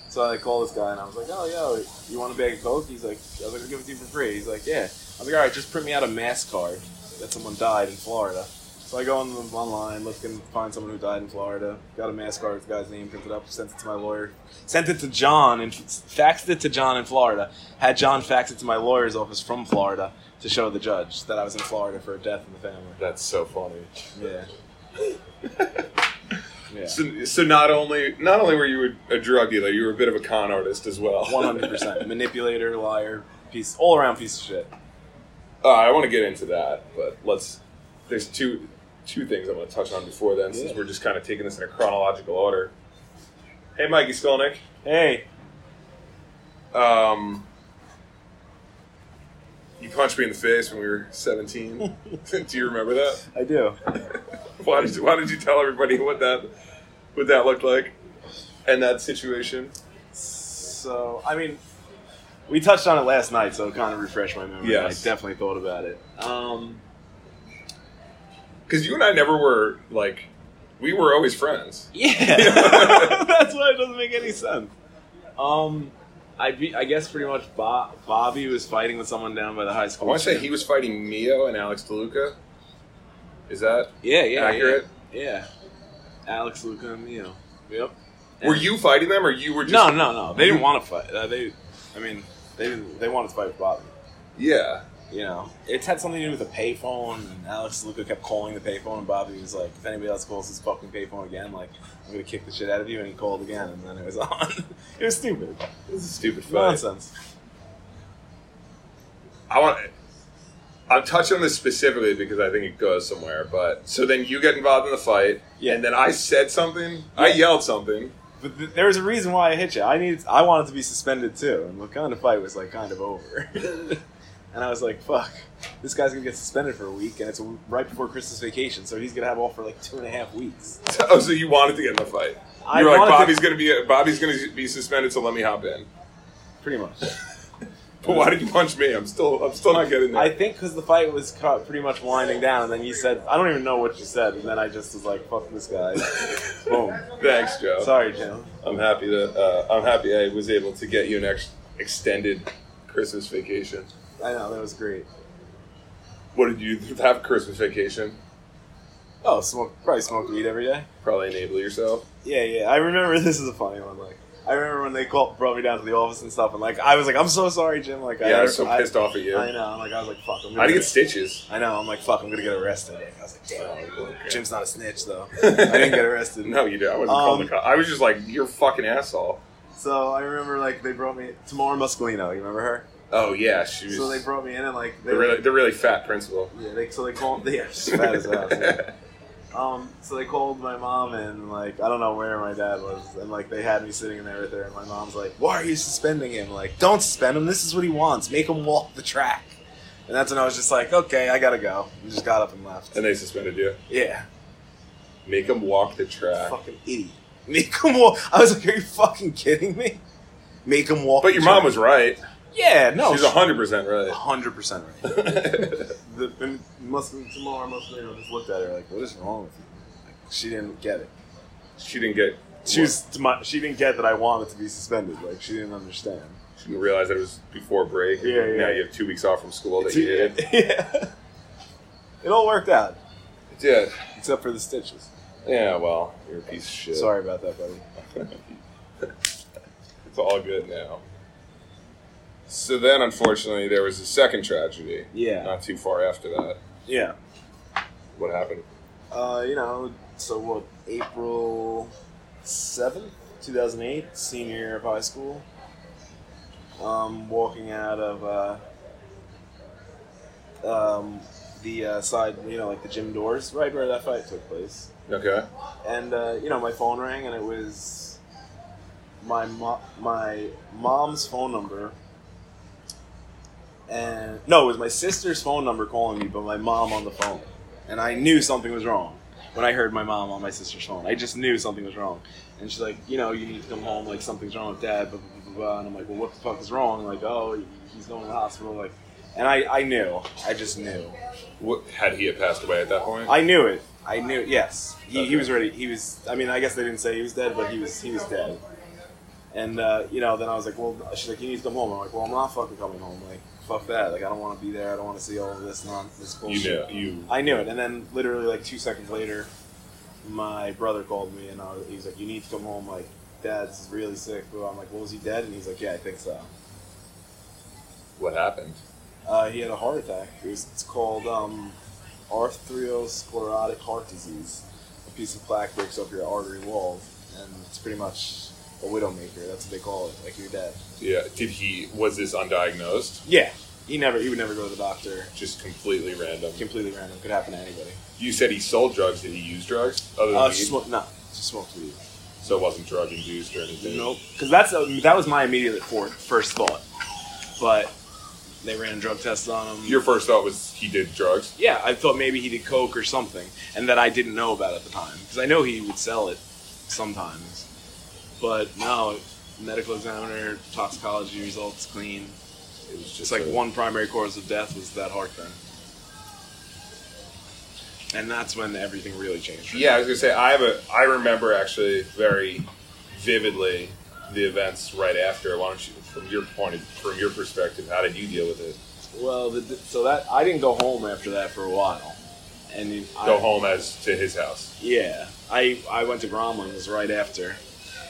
Speaker 2: so I called this guy and I was like, "Oh, yo, you want a bag of coke?" He's like, "I was like, I'll give it to you for free." He's like, "Yeah." I was like, "All right, just print me out a mass card that someone died in Florida." So I go on the, online, look and find someone who died in Florida. Got a mass card with the guy's name, printed up, sent it to my lawyer. Sent it to John and faxed it to John in Florida. Had John fax it to my lawyer's office from Florida to show the judge that I was in Florida for a death in the family.
Speaker 3: That's so funny.
Speaker 2: Yeah. yeah.
Speaker 3: So, so not only not only were you a, a drug dealer, you were a bit of a con artist as well.
Speaker 2: One hundred percent manipulator, liar, piece, all around piece of shit.
Speaker 3: Uh, I want to get into that, but let's. There's two two things I want to touch on before then, since
Speaker 2: Yeah.
Speaker 3: we're just kind of taking this in a chronological order. Hey, Mikey Skolnick.
Speaker 2: Hey,
Speaker 3: Um, You punched me in the face when we were 17. Do you remember that?
Speaker 2: I do.
Speaker 3: Why did you, why did you tell everybody what that what that looked like and that situation?
Speaker 2: So, I mean, we touched on it last night, so it kind of refreshed my memory.
Speaker 3: Yes.
Speaker 2: I definitely thought about it. Um,
Speaker 3: Because you and I never were like we were always friends.
Speaker 2: yeah, that's why it doesn't make any sense. Um, I be, I guess pretty much Bob, Bobby was fighting with someone down by the high
Speaker 3: I
Speaker 2: school.
Speaker 3: want to say
Speaker 2: gym.
Speaker 3: he was fighting Mio and Alex DeLuca. Is that
Speaker 2: yeah, yeah,
Speaker 3: accurate?
Speaker 2: Yeah, yeah. Alex, Luca, and Neo. Yep.
Speaker 3: Were you fighting them, or you were just
Speaker 2: no, no, no. They didn't want to fight. Uh, they, I mean, they didn't, they wanted to fight with Bobby.
Speaker 3: Yeah,
Speaker 2: You know, it's had something to do with the payphone, and Alex Luca kept calling the payphone, and Bobby was like, "If anybody else calls this fucking payphone again, like, I'm gonna kick the shit out of you." And he called again, and then it was on. it was stupid.
Speaker 3: it was a stupid fight.
Speaker 2: Nonsense.
Speaker 3: I want. I'm touching on this specifically because I think it goes somewhere. But so then you get involved in the fight,
Speaker 2: Yeah.
Speaker 3: and then I said something. I
Speaker 2: Yeah.
Speaker 3: yelled something.
Speaker 2: But th- there was a reason why I hit you. I needed, I wanted to be suspended too, and the kind of fight was like kind of over. and I was like, "Fuck, this guy's gonna get suspended for a week, and it's right before Christmas vacation, so he's gonna have off for like two and a half weeks."
Speaker 3: Oh, so you wanted to get in the fight?
Speaker 2: I
Speaker 3: You were like,
Speaker 2: wanted to-
Speaker 3: Bobby's gonna be Bobby's gonna be suspended, so let me hop in.
Speaker 2: Pretty much.
Speaker 3: But why did you punch me? I'm still I'm still not getting there.
Speaker 2: I think because the fight was cut pretty much winding down, and then you said, I don't even know what you said, and then I just was like, fuck this guy. Boom.
Speaker 3: Thanks, Joe.
Speaker 2: Sorry, Jim.
Speaker 3: I'm happy that uh, I'm happy I was able to get you an ex- extended Christmas vacation.
Speaker 2: I know, that was great.
Speaker 3: What did you have Christmas vacation?
Speaker 2: Oh, smoke, probably smoked weed every day?
Speaker 3: Probably enable yourself.
Speaker 2: Yeah, yeah. I remember this is a funny one. Like, I remember when they called, brought me down to the office and stuff, and like, I was like, I'm so sorry, Jim. Like,
Speaker 3: Yeah, I
Speaker 2: I,
Speaker 3: was so pissed off at you.
Speaker 2: I know. Like, I was like, fuck. I'm gonna
Speaker 3: I did get stitches.
Speaker 2: I know. I'm like, fuck. I'm gonna get arrested. I was like, damn.
Speaker 3: Oh, okay.
Speaker 2: Jim's not a snitch though. I didn't get arrested.
Speaker 3: No, you did. I wasn't calling the
Speaker 2: Um,
Speaker 3: cop. I was just like, "You're a fucking asshole."
Speaker 2: So I remember like they brought me Tamara Muscolino. You remember her?
Speaker 3: Oh yeah, she was
Speaker 2: So they brought me in and like they
Speaker 3: the really the really fat principal.
Speaker 2: Yeah, they, so they called. Yeah, she's fat as hell. yeah. Um, so they called my mom and like I don't know where my dad was, and like they had me sitting in there with her, and my mom's like, "Why are you suspending him? Like, don't suspend him. This is what he wants. Make him walk the track." And that's when I was just like, "Okay, I gotta go." And just got up and left.
Speaker 3: and they suspended you.
Speaker 2: yeah,
Speaker 3: Make him walk the track.
Speaker 2: fucking idiot. Make him walk. I was like, "Are you fucking kidding me?" Make him walk.
Speaker 3: But your
Speaker 2: the
Speaker 3: mom
Speaker 2: track."
Speaker 3: was right.
Speaker 2: Yeah, no,
Speaker 3: she's hundred percent right.
Speaker 2: hundred percent right. the and must tomorrow must have just looked at her like, "What is wrong with you?" Like, she didn't get it.
Speaker 3: she didn't get.
Speaker 2: She was my, she didn't get that I wanted to be suspended. Like she didn't understand.
Speaker 3: She didn't realize that it was before break.
Speaker 2: Yeah, yeah.
Speaker 3: Now you have two weeks off from school that you did.
Speaker 2: yeah. It all worked out
Speaker 3: It did.
Speaker 2: except for the stitches.
Speaker 3: Yeah. Well, you're a piece of shit.
Speaker 2: Sorry about that, buddy.
Speaker 3: It's all good now. So then, unfortunately, there was a second tragedy.
Speaker 2: Yeah.
Speaker 3: Not too far after that.
Speaker 2: Yeah.
Speaker 3: What happened?
Speaker 2: Uh, you know, so what? April seventh, two thousand eight, senior year of high school. Um, walking out of uh, um, the uh, side, you know, like the gym doors, right where that fight took place.
Speaker 3: Okay.
Speaker 2: and uh, you know my phone rang and it was my mo- my mom's phone number and no it was my sister's phone number calling me but my mom on the phone and i knew something was wrong when i heard my mom on my sister's phone i just knew something was wrong and she's like you know you need to come home like something's wrong with dad blah, blah, blah, blah. and i'm like well what the fuck is wrong like oh he's going to the hospital like and i i knew i just knew
Speaker 3: What had he had passed away at that point?
Speaker 2: I knew it. I knew. Yes, he,
Speaker 3: Okay.
Speaker 2: he was ready. He was. I mean, I guess they didn't say he was dead, but he was. He was dead. And uh, you know, then I was like, well, she's like, you need to come home. I'm like, well, I'm not fucking coming home. Like, fuck that. Like, I don't want to be there. I don't want to see all of this non this
Speaker 3: you
Speaker 2: bullshit.
Speaker 3: knew. You
Speaker 2: I knew it. And then literally like two seconds later, my brother called me and I was, he's like, "You need to come home. Like, Dad's really sick." Well, I'm like, "Well, is he dead?" And he's like, "Yeah, I think so."
Speaker 3: What happened?
Speaker 2: Uh, he had a heart attack. It was, it's called um, arteriosclerotic heart disease. A piece of plaque breaks up your artery wall, and it's pretty much a widowmaker. That's what they call it. Like you're dead.
Speaker 3: Yeah. Did he? Was this undiagnosed?
Speaker 2: Yeah. He never. He would never go to the doctor.
Speaker 3: Just completely random.
Speaker 2: Completely random. Could happen to anybody.
Speaker 3: You said he sold drugs. Did he use drugs? Other than
Speaker 2: Uh,
Speaker 3: weed?
Speaker 2: she smoked. No, she smoked weed.
Speaker 3: so it wasn't drug induced or anything.
Speaker 2: Because that's that was my immediate for, first thought. But They ran drug tests on him.
Speaker 3: Your first thought was he did drugs.
Speaker 2: yeah, I thought maybe he did coke or something, and that I didn't know about at the time because I know he would sell it sometimes, but no, medical examiner toxicology results clean.
Speaker 3: It was
Speaker 2: It's like one primary cause of death was that heart thing, and that's when everything really changed. for me.
Speaker 3: Yeah, I was gonna say I have a. I remember actually very vividly the events right after. Why don't you, from your point, of, from your perspective, how did you deal with it?
Speaker 2: Well, the, so that I didn't go home after that for a while, and I,
Speaker 3: Go home as to his house.
Speaker 2: Yeah, I I went to Gromlins right after.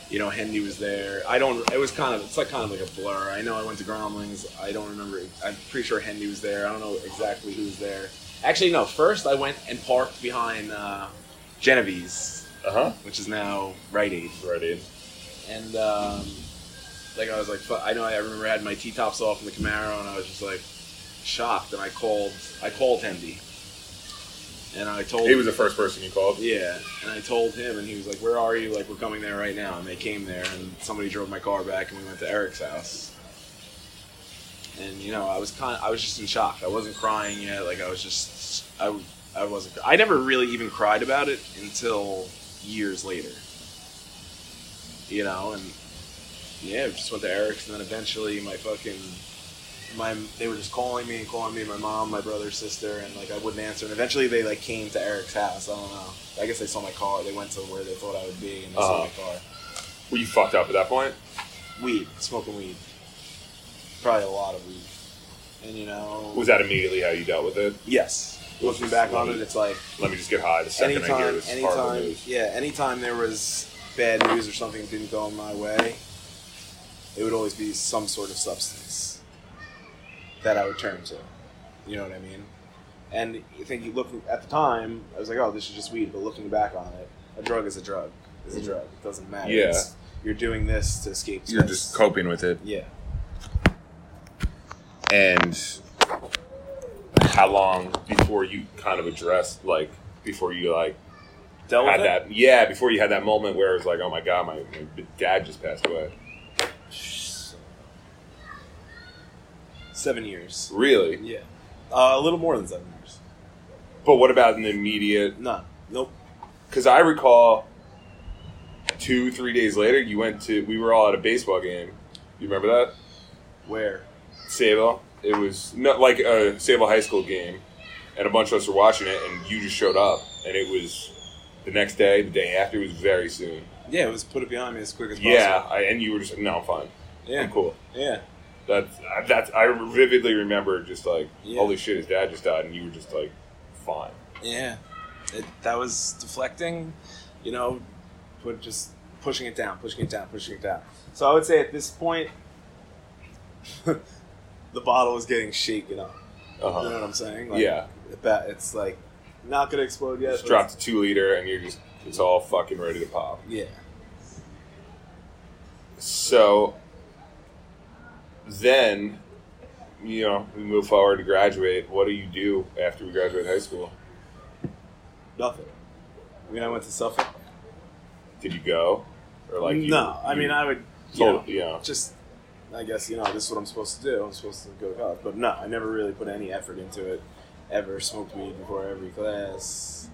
Speaker 2: You know, Hendy was there. I don't. It was kind of. It's like kind of like a blur. I know I went to Gromlings. I don't remember. I'm pretty sure Hendy was there. I don't know exactly who was there. Actually, no. First, I went and parked behind uh, Genevieve's,
Speaker 3: Uh huh.
Speaker 2: which is now Rite Aid,
Speaker 3: Right in.
Speaker 2: and um, like I was like, fu- I know. I remember I had my t tops off in the Camaro, and I was just like shocked. And I called. I called Hendy, and I told.
Speaker 3: He was the first person you called.
Speaker 2: Yeah, and I told him, and he was like, "Where are you? Like, we're coming there right now." And they came there, and somebody drove my car back, and we went to Eric's house. And you know, I was kind, I was just in shock. I wasn't crying yet. Like, I was just, I, I wasn't. I never really even cried about it until years later. You know, and yeah, we just went to Eric's, and then eventually my fucking my they were just calling me and calling me my mom my brother sister and like i wouldn't answer and eventually they like came to eric's house i don't know i guess they saw my car they went to where they thought i would be and they saw my car
Speaker 3: Were you fucked up at that point?
Speaker 2: weed smoking weed probably a lot of weed and you know
Speaker 3: Was that immediately how you dealt with it?
Speaker 2: yes looking back on it it's like
Speaker 3: Let me just get high the second I hear
Speaker 2: anytime
Speaker 3: this horrible
Speaker 2: anytime
Speaker 3: news.
Speaker 2: yeah anytime there was bad news or something that didn't go my way it would always be some sort of substance that I would turn to. You know what I mean? And you think you look at the time, I was like, oh, this is just weed. But looking back on it, a drug is a drug. Is a drug. It doesn't matter.
Speaker 3: Mm-hmm. Yeah.
Speaker 2: It's- you're doing this to escape.
Speaker 3: You're
Speaker 2: stress.
Speaker 3: just coping with it.
Speaker 2: yeah.
Speaker 3: and how long before you kind of addressed like before you like
Speaker 2: Dealt with
Speaker 3: had
Speaker 2: it?
Speaker 3: that yeah before you had that moment where it was like oh my god my, my b- dad just passed away
Speaker 2: Seven years.
Speaker 3: really
Speaker 2: Yeah. Uh, a little more than seven years.
Speaker 3: but what about in the immediate
Speaker 2: None. Nope.
Speaker 3: because i recall two three days later you went to we were all at a baseball game you remember that
Speaker 2: Where?
Speaker 3: sable it was not like a sable high school game and a bunch of us were watching it and you just showed up and it was the next day the day after it was very soon
Speaker 2: Yeah, it was put it behind me as quick as possible.
Speaker 3: Yeah, I, and you were just no, I'm fine.
Speaker 2: Yeah.
Speaker 3: I'm cool.
Speaker 2: Yeah.
Speaker 3: That's I- that's I vividly remember just like
Speaker 2: Yeah.
Speaker 3: holy shit, his dad just died, and you were just like fine.
Speaker 2: Yeah, it, that was deflecting, you know, put just pushing it down, pushing it down, pushing it down. So I would say at this point, the bottle is getting shaken up.
Speaker 3: Uh-huh.
Speaker 2: You know what I'm saying? Like,
Speaker 3: Yeah.
Speaker 2: that it's like not gonna explode yet.
Speaker 3: just
Speaker 2: but
Speaker 3: dropped a two liter, and you're just it's all fucking ready to pop.
Speaker 2: it's- Yeah.
Speaker 3: So then, you know, we move forward to graduate. What do you do after we graduate high school?
Speaker 2: Nothing. I mean, I went to Suffolk.
Speaker 3: Did you go or like you,
Speaker 2: no, I
Speaker 3: you
Speaker 2: mean, I would. you know,
Speaker 3: told, you know
Speaker 2: just I guess you know this is what I'm supposed to do. I'm supposed to go to college, but no, I never really put any effort into it. Ever smoked weed before every class.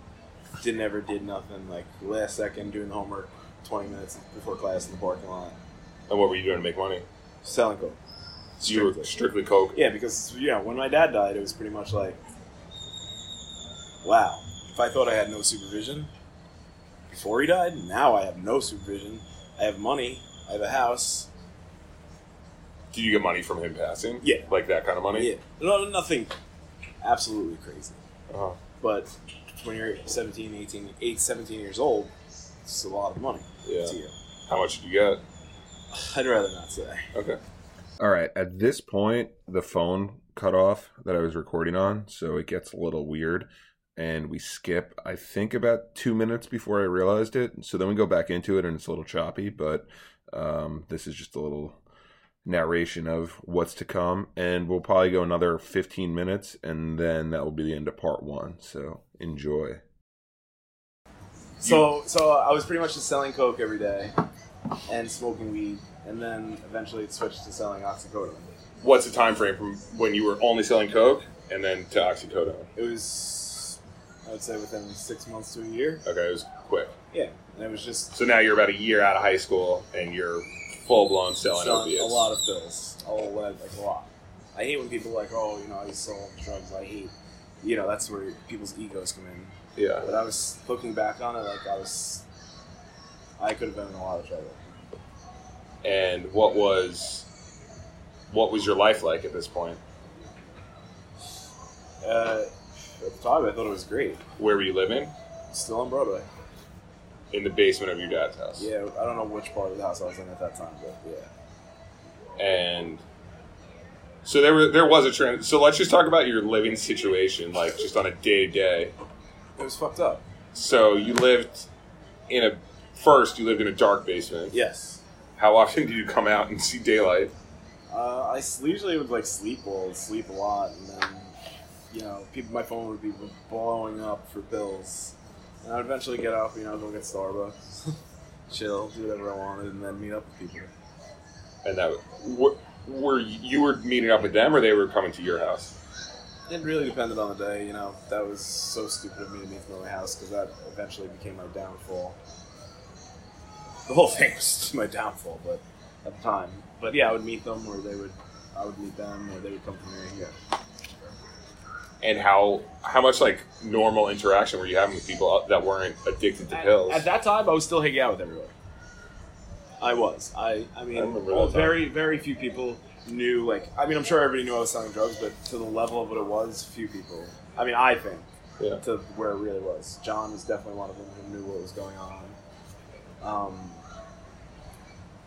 Speaker 2: Didn't ever did nothing like last second doing homework, twenty minutes before class in the parking lot,
Speaker 3: and what were you doing to make money?
Speaker 2: selling coke.
Speaker 3: So you were
Speaker 2: Strictly.
Speaker 3: strictly coke.
Speaker 2: Yeah, because yeah, when my dad died, it was pretty much like, wow. If I thought I had no supervision before he died, now I have no supervision. I have money. I have a house.
Speaker 3: Did you get money from him passing?
Speaker 2: Yeah.
Speaker 3: like that kind of money.
Speaker 2: Yeah, no, nothing absolutely crazy.
Speaker 3: Uh-huh.
Speaker 2: But when you're 17, 18, 8, 17 years old, it's a lot of money
Speaker 3: Yeah.
Speaker 2: to you.
Speaker 3: How much did you get?
Speaker 2: I'd rather not say.
Speaker 3: Okay.
Speaker 1: All right. At this point, the phone cut off that I was recording on, so it gets a little weird. And we skip, I think, about two minutes before I realized it. So then we go back into it, and it's a little choppy, but um, this is just a little narration of what's to come. And we'll probably go another 15 minutes, and then that will be the end of part one. So enjoy.
Speaker 2: So, so I was pretty much just selling coke every day and smoking weed, and then eventually it switched to selling oxycodone.
Speaker 3: what's the time frame from when you were only selling coke and then to oxycodone?
Speaker 2: It was, I would say, within six months to a year.
Speaker 3: Okay, it was quick.
Speaker 2: Yeah, and it was just
Speaker 3: So now you're about a year out of high school and you're full blown selling
Speaker 2: selling
Speaker 3: opiates.
Speaker 2: a lot of pills. Oh, like a lot. I hate when people are like, oh, you know, I sold drugs. I hate, you know, that's where people's egos come in.
Speaker 3: Yeah.
Speaker 2: But I was looking back on it, like I was, I could have been in a lot of trouble.
Speaker 3: And what was what was your life like at this point?
Speaker 2: Uh, at the time, I thought it was great.
Speaker 3: Where were you living?
Speaker 2: Still on Broadway.
Speaker 3: In the basement of your dad's house.
Speaker 2: Yeah, I don't know which part of the house I was in at that time, but yeah.
Speaker 3: and so there were there was a trend. So let's just talk about your living situation, like just on a day to day.
Speaker 2: It was fucked up.
Speaker 3: So you lived in a first you lived in a dark basement.
Speaker 2: Yes.
Speaker 3: How often did you come out and see daylight?
Speaker 2: Uh, I s- usually would like sleep well, sleep a lot, and then you know, people, my phone would be blowing up for bills, and I'd eventually get up, you know, go get Starbucks, chill, do whatever I wanted, and then meet up with people.
Speaker 3: And that were, were you were meeting up with them, or they were coming to your house?
Speaker 2: It really depended on the day, you know. That was so stupid of me to meet them at my house because that eventually became my downfall. The whole thing was my downfall, but at the time. But yeah, I would meet them, or they would, I would meet them, or they would come to me. Yeah.
Speaker 3: And how how much like normal interaction were you having with people uh, that weren't addicted to
Speaker 2: at,
Speaker 3: pills?
Speaker 2: at that time, I was still hanging out with everyone. I was. I. I mean,
Speaker 3: I remember
Speaker 2: well,
Speaker 3: that time.
Speaker 2: very, very few people knew. Like, I mean, I'm sure everybody knew I was selling drugs, but to the level of what it was, few people. I mean, I think
Speaker 3: Yeah.
Speaker 2: to where it really was. John was definitely one of them who knew what was going on. Um,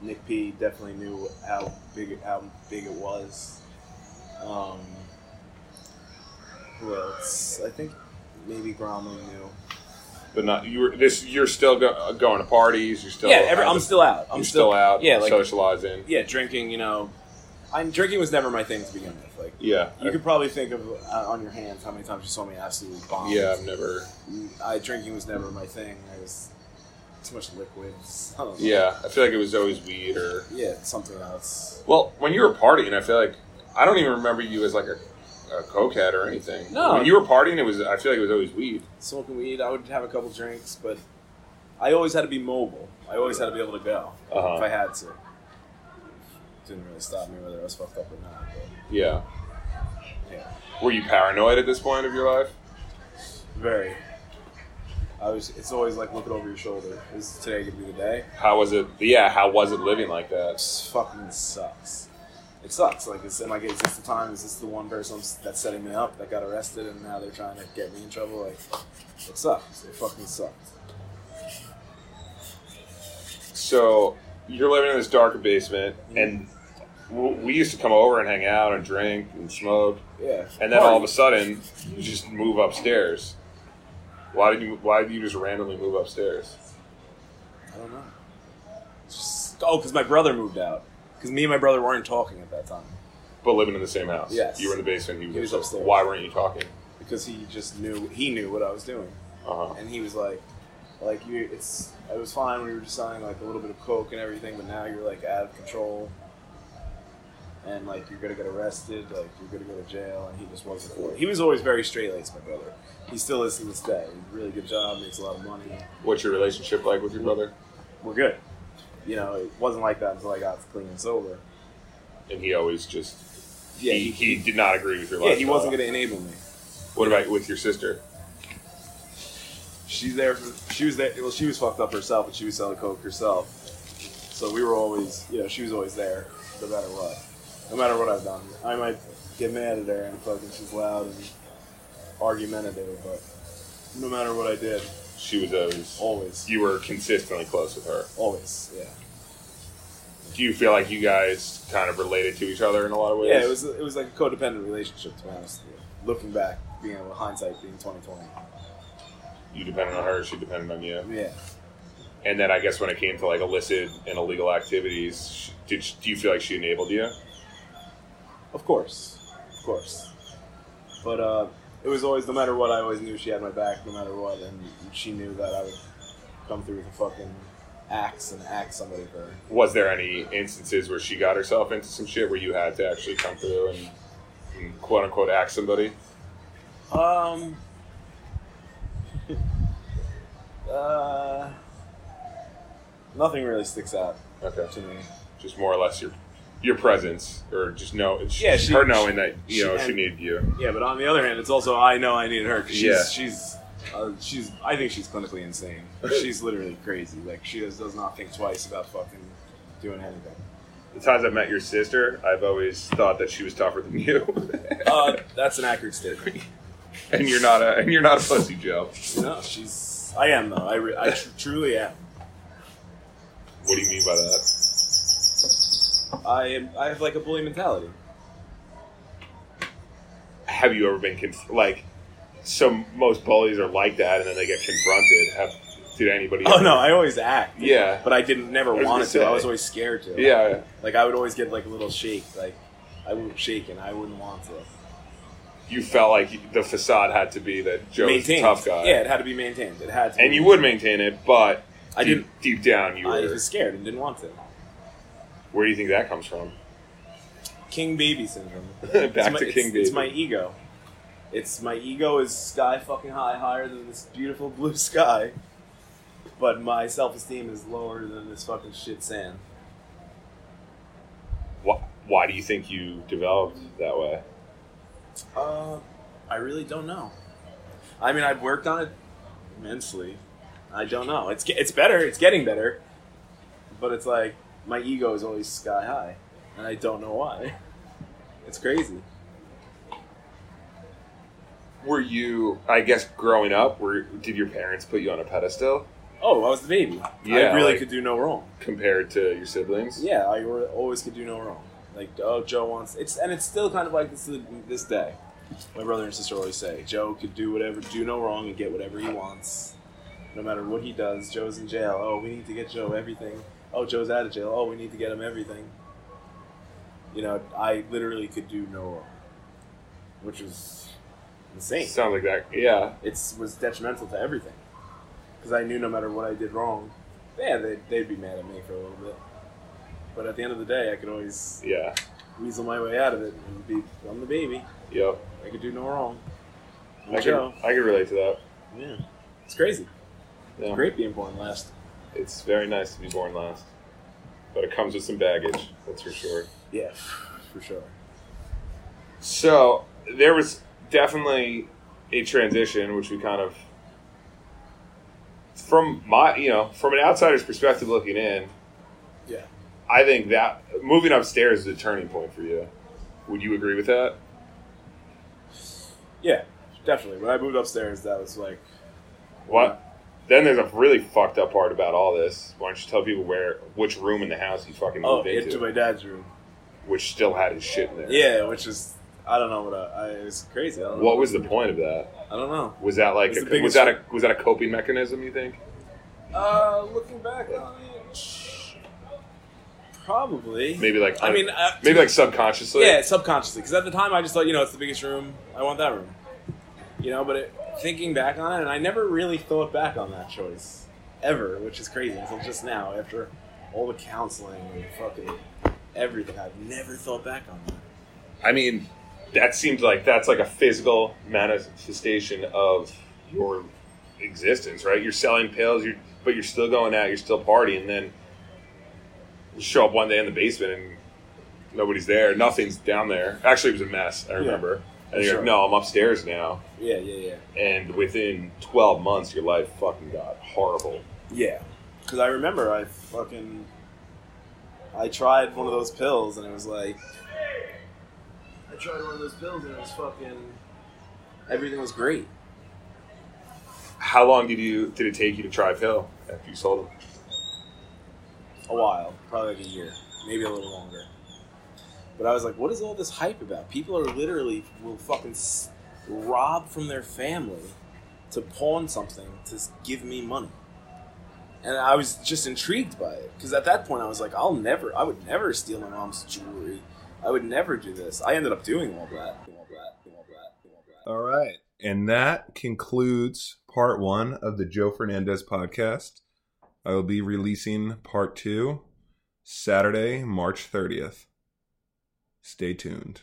Speaker 2: Nick P definitely knew how big how big it was. Um, who else? I think maybe Gromley knew.
Speaker 3: but not you were this. You're still go, uh, going to parties. You're still
Speaker 2: yeah, every, I'm
Speaker 3: out-
Speaker 2: still out. I'm
Speaker 3: you're still, out.
Speaker 2: Yeah, like
Speaker 3: socializing.
Speaker 2: yeah, drinking. You know, I'm drinking was never my thing to begin with. Like
Speaker 3: Yeah,
Speaker 2: you could probably think of uh, on your hands how many times you saw me absolutely bomb.
Speaker 3: yeah. I've never.
Speaker 2: I drinking was never my thing. I was too much liquids. I don't know.
Speaker 3: Yeah, I feel like it was always weed or.
Speaker 2: yeah, something else.
Speaker 3: Well, when you were partying, I feel like I don't even remember you as like a, a cokehead or anything.
Speaker 2: No.
Speaker 3: when you were partying, it was I feel like it was always weed.
Speaker 2: Smoking weed, I would have a couple drinks, but I always had to be mobile. I always had to be able to go
Speaker 3: Uh-huh.
Speaker 2: if I had to. Didn't really stop me whether I was fucked up or not. But
Speaker 3: Yeah.
Speaker 2: yeah.
Speaker 3: Were you paranoid at this point of your life?
Speaker 2: Very. I was. It's always like looking over your shoulder. Is today gonna be the day?
Speaker 3: How was it? Yeah. How was it living like that?
Speaker 2: This fucking sucks. It sucks. Like, is, am I? Is this the time? Is this the one person that's setting me up that got arrested and now they're trying to get me in trouble? Like, it sucks. It fucking sucks.
Speaker 3: So you're living in this dark basement, and w- we used to come over and hang out and drink and smoke,
Speaker 2: Yeah.
Speaker 3: and then all of a sudden you just move upstairs. Why did you? Why did you just randomly move upstairs?
Speaker 2: I don't know. It's Just, oh, because my brother moved out. Because me and my brother weren't talking at that time.
Speaker 3: But living in the same house.
Speaker 2: Yes.
Speaker 3: You were in the basement. He was,
Speaker 2: He was
Speaker 3: upstairs.
Speaker 2: upstairs.
Speaker 3: Why weren't you talking?
Speaker 2: Because he just knew. He knew what I was doing.
Speaker 3: Uh-huh.
Speaker 2: and he was like, like you, it's it was fine. We were just selling like a little bit of coke and everything, but now you're like out of control, and like you're gonna get arrested, like you're gonna go to jail. And he just wasn't for it. He was always very straight laced, my brother. He still is to this day. He's a really good job, makes a lot of money.
Speaker 3: What's your relationship like with your brother?
Speaker 2: We're good. You know, it wasn't like that until I got clean and sober.
Speaker 3: And he always just.
Speaker 2: Yeah,
Speaker 3: he,
Speaker 2: he,
Speaker 3: he did not agree with your
Speaker 2: yeah,
Speaker 3: lifestyle.
Speaker 2: he wasn't gonna enable me.
Speaker 3: What about with your sister?
Speaker 2: She's there. For, she was there. Well, she was fucked up herself, and she was selling coke herself. So we were always, you know, she was always there, no matter what, no matter what I've done. I might get mad at her and fucking she's loud and argumentative, but no matter what I did,
Speaker 3: She was always.
Speaker 2: always,
Speaker 3: You were consistently close with her.
Speaker 2: always, yeah.
Speaker 3: Do you feel like you guys kind of related to each other in a lot of ways?
Speaker 2: Yeah, it was it was like a codependent relationship, to be honest. With you. Looking back, being able hindsight being twenty twenty.
Speaker 3: You depended on her. She depended on you.
Speaker 2: Yeah.
Speaker 3: And then I guess when it came to like illicit and illegal activities, sh did sh do you feel like she enabled you?
Speaker 2: Of course, of course. But uh, it was always, no matter what, I always knew she had my back, no matter what, and she knew that I would come through with a fucking axe and axe somebody for.
Speaker 3: Was there any instances where she got herself into some shit where you had to actually come through and, and quote unquote act somebody?
Speaker 2: Um. uh, nothing really sticks out
Speaker 3: Okay.
Speaker 2: to me.
Speaker 3: Just more or less your your presence or just know it's
Speaker 2: Yeah,
Speaker 3: just
Speaker 2: she-
Speaker 3: her knowing that you
Speaker 2: she-
Speaker 3: know she
Speaker 2: and-
Speaker 3: needed you.
Speaker 2: Yeah, but on the other hand, it's also I know I need her. 'cause she's
Speaker 3: Yeah.
Speaker 2: she's uh, she's I think she's clinically insane. she's literally crazy. Like she does, does not think twice about fucking doing anything.
Speaker 3: The times I've met your sister, I've always thought that she was tougher than you.
Speaker 2: Uh, that's an accurate statement.
Speaker 3: and you're not a and you're not a pussy Joe.
Speaker 2: No, she's. I am though. I, re- I tr- truly am.
Speaker 3: What do you mean by that?
Speaker 2: I am. I have like a bully mentality.
Speaker 3: Have you ever been conf- like some most bullies are like that and then they get confronted? Have did anybody?
Speaker 2: Oh
Speaker 3: ever-
Speaker 2: no, I always act.
Speaker 3: Yeah.
Speaker 2: but I didn't never
Speaker 3: was
Speaker 2: wanted
Speaker 3: gonna
Speaker 2: to. I
Speaker 3: say.
Speaker 2: was always scared to.
Speaker 3: Yeah.
Speaker 2: like I would always get like a little shake. Like I would shake and I wouldn't want to.
Speaker 3: You felt like the facade had to be that Joe was a
Speaker 2: Maintained.
Speaker 3: tough guy.
Speaker 2: Yeah, it had to be maintained. It had to.
Speaker 3: And
Speaker 2: be-
Speaker 3: you would maintain it, but
Speaker 2: I
Speaker 3: deep, deep down you
Speaker 2: I
Speaker 3: were.
Speaker 2: was scared and didn't want to.
Speaker 3: Where do you think that comes from?
Speaker 2: King baby syndrome.
Speaker 3: Back
Speaker 2: It's my-
Speaker 3: to
Speaker 2: it's-
Speaker 3: King Baby.
Speaker 2: It's my ego. It's my ego is sky fucking high, higher than this beautiful blue sky. But my self esteem is lower than this fucking shit sand.
Speaker 3: why, why do you think you developed that way?
Speaker 2: Uh, I really don't know. I mean, I've worked on it immensely. I don't know. It's ge- it's better. It's getting better. But it's like my ego is always sky high, and I don't know why. It's crazy.
Speaker 3: Were you, I guess, growing up? Were did your parents put you on a pedestal
Speaker 2: Oh, I was the baby.
Speaker 3: Yeah,
Speaker 2: I really
Speaker 3: like-
Speaker 2: could do no wrong.
Speaker 3: compared to your siblings?
Speaker 2: Yeah, I wor- always could do no wrong. Like, oh, Joe wants it's, and it's still kind of like this to this day. My brother and sister always say Joe could do whatever, do no wrong, and get whatever he wants, no matter what he does. Joe's in jail. Oh, we need to get Joe everything. Oh, Joe's out of jail. Oh, we need to get him everything. You know, I literally could do no wrong, which was insane.
Speaker 3: Sounds like that. Yeah.
Speaker 2: It's was detrimental to everything because I knew no matter what I did wrong, yeah, they'd, they'd be mad at me for a little bit. But at the end of the day, I could always
Speaker 3: Yeah.
Speaker 2: weasel my way out of it and be I'm the baby.
Speaker 3: Yep.
Speaker 2: I could do no wrong. I'm
Speaker 3: I can,
Speaker 2: Joe.
Speaker 3: I can relate to that.
Speaker 2: Yeah, it's crazy.
Speaker 3: Yeah.
Speaker 2: Great being born last.
Speaker 3: It's very nice to be born last, but it comes with some baggage. That's for sure.
Speaker 2: Yeah, for sure.
Speaker 3: So there was definitely a transition, which we kind of, from my, you know, from an outsider's perspective looking in,
Speaker 2: Yeah.
Speaker 3: I think that moving upstairs is a turning point for you. Would you agree with that?
Speaker 2: Yeah, definitely. When I moved upstairs, that was like
Speaker 3: What? Then there's a really fucked up part about all this. Why don't you tell people where, which room in the house you fucking
Speaker 2: oh
Speaker 3: moved into,
Speaker 2: into my dad's room.
Speaker 3: which still had his shit in there.
Speaker 2: Yeah, which is I don't know what I, I it was crazy. I don't know.
Speaker 3: What was the point of that?
Speaker 2: I don't know.
Speaker 3: Was that like
Speaker 2: It's
Speaker 3: a,
Speaker 2: the biggest-
Speaker 3: was that a was that a coping mechanism? You think?
Speaker 2: Uh, looking back on it, probably.
Speaker 3: Maybe like
Speaker 2: I mean, uh,
Speaker 3: maybe like subconsciously.
Speaker 2: yeah, subconsciously. Because at the time, I just thought, you know, it's the biggest room. I want that room. You know, but it, thinking back on it, and I never really thought back on that choice ever, which is crazy until just now after all the counseling and fucking everything. I've never thought back on that.
Speaker 3: I mean, that seems like that's like a physical manifestation of your existence, right? You're selling pills, you're but you're still going out, you're still partying, and then you show up one day in the basement and nobody's there, nothing's down there. Actually, it was a mess. I remember. And you're
Speaker 2: Sure.
Speaker 3: like, no, I'm upstairs now.
Speaker 2: Yeah, yeah, yeah,
Speaker 3: And within 12 months, your life fucking got horrible.
Speaker 2: yeah. Because I remember I fucking I tried one of those pills, and it was like I tried one of those pills, and it was fucking everything was great.
Speaker 3: How long did you did it take you to try pill after you sold them?
Speaker 2: a while, probably like a year, maybe a little longer. But I was like, what is all this hype about? People are literally will fucking s- rob from their family to pawn something to s- give me money. And I was just intrigued by it because at that point I was like, I'll never, I would never steal my mom's jewelry. I would never do this. I ended up doing all that. All that. All that. All that.
Speaker 1: All right. And that concludes part one of the Joe Fernandez podcast. I will be releasing part two Saturday, March 30th. Stay tuned.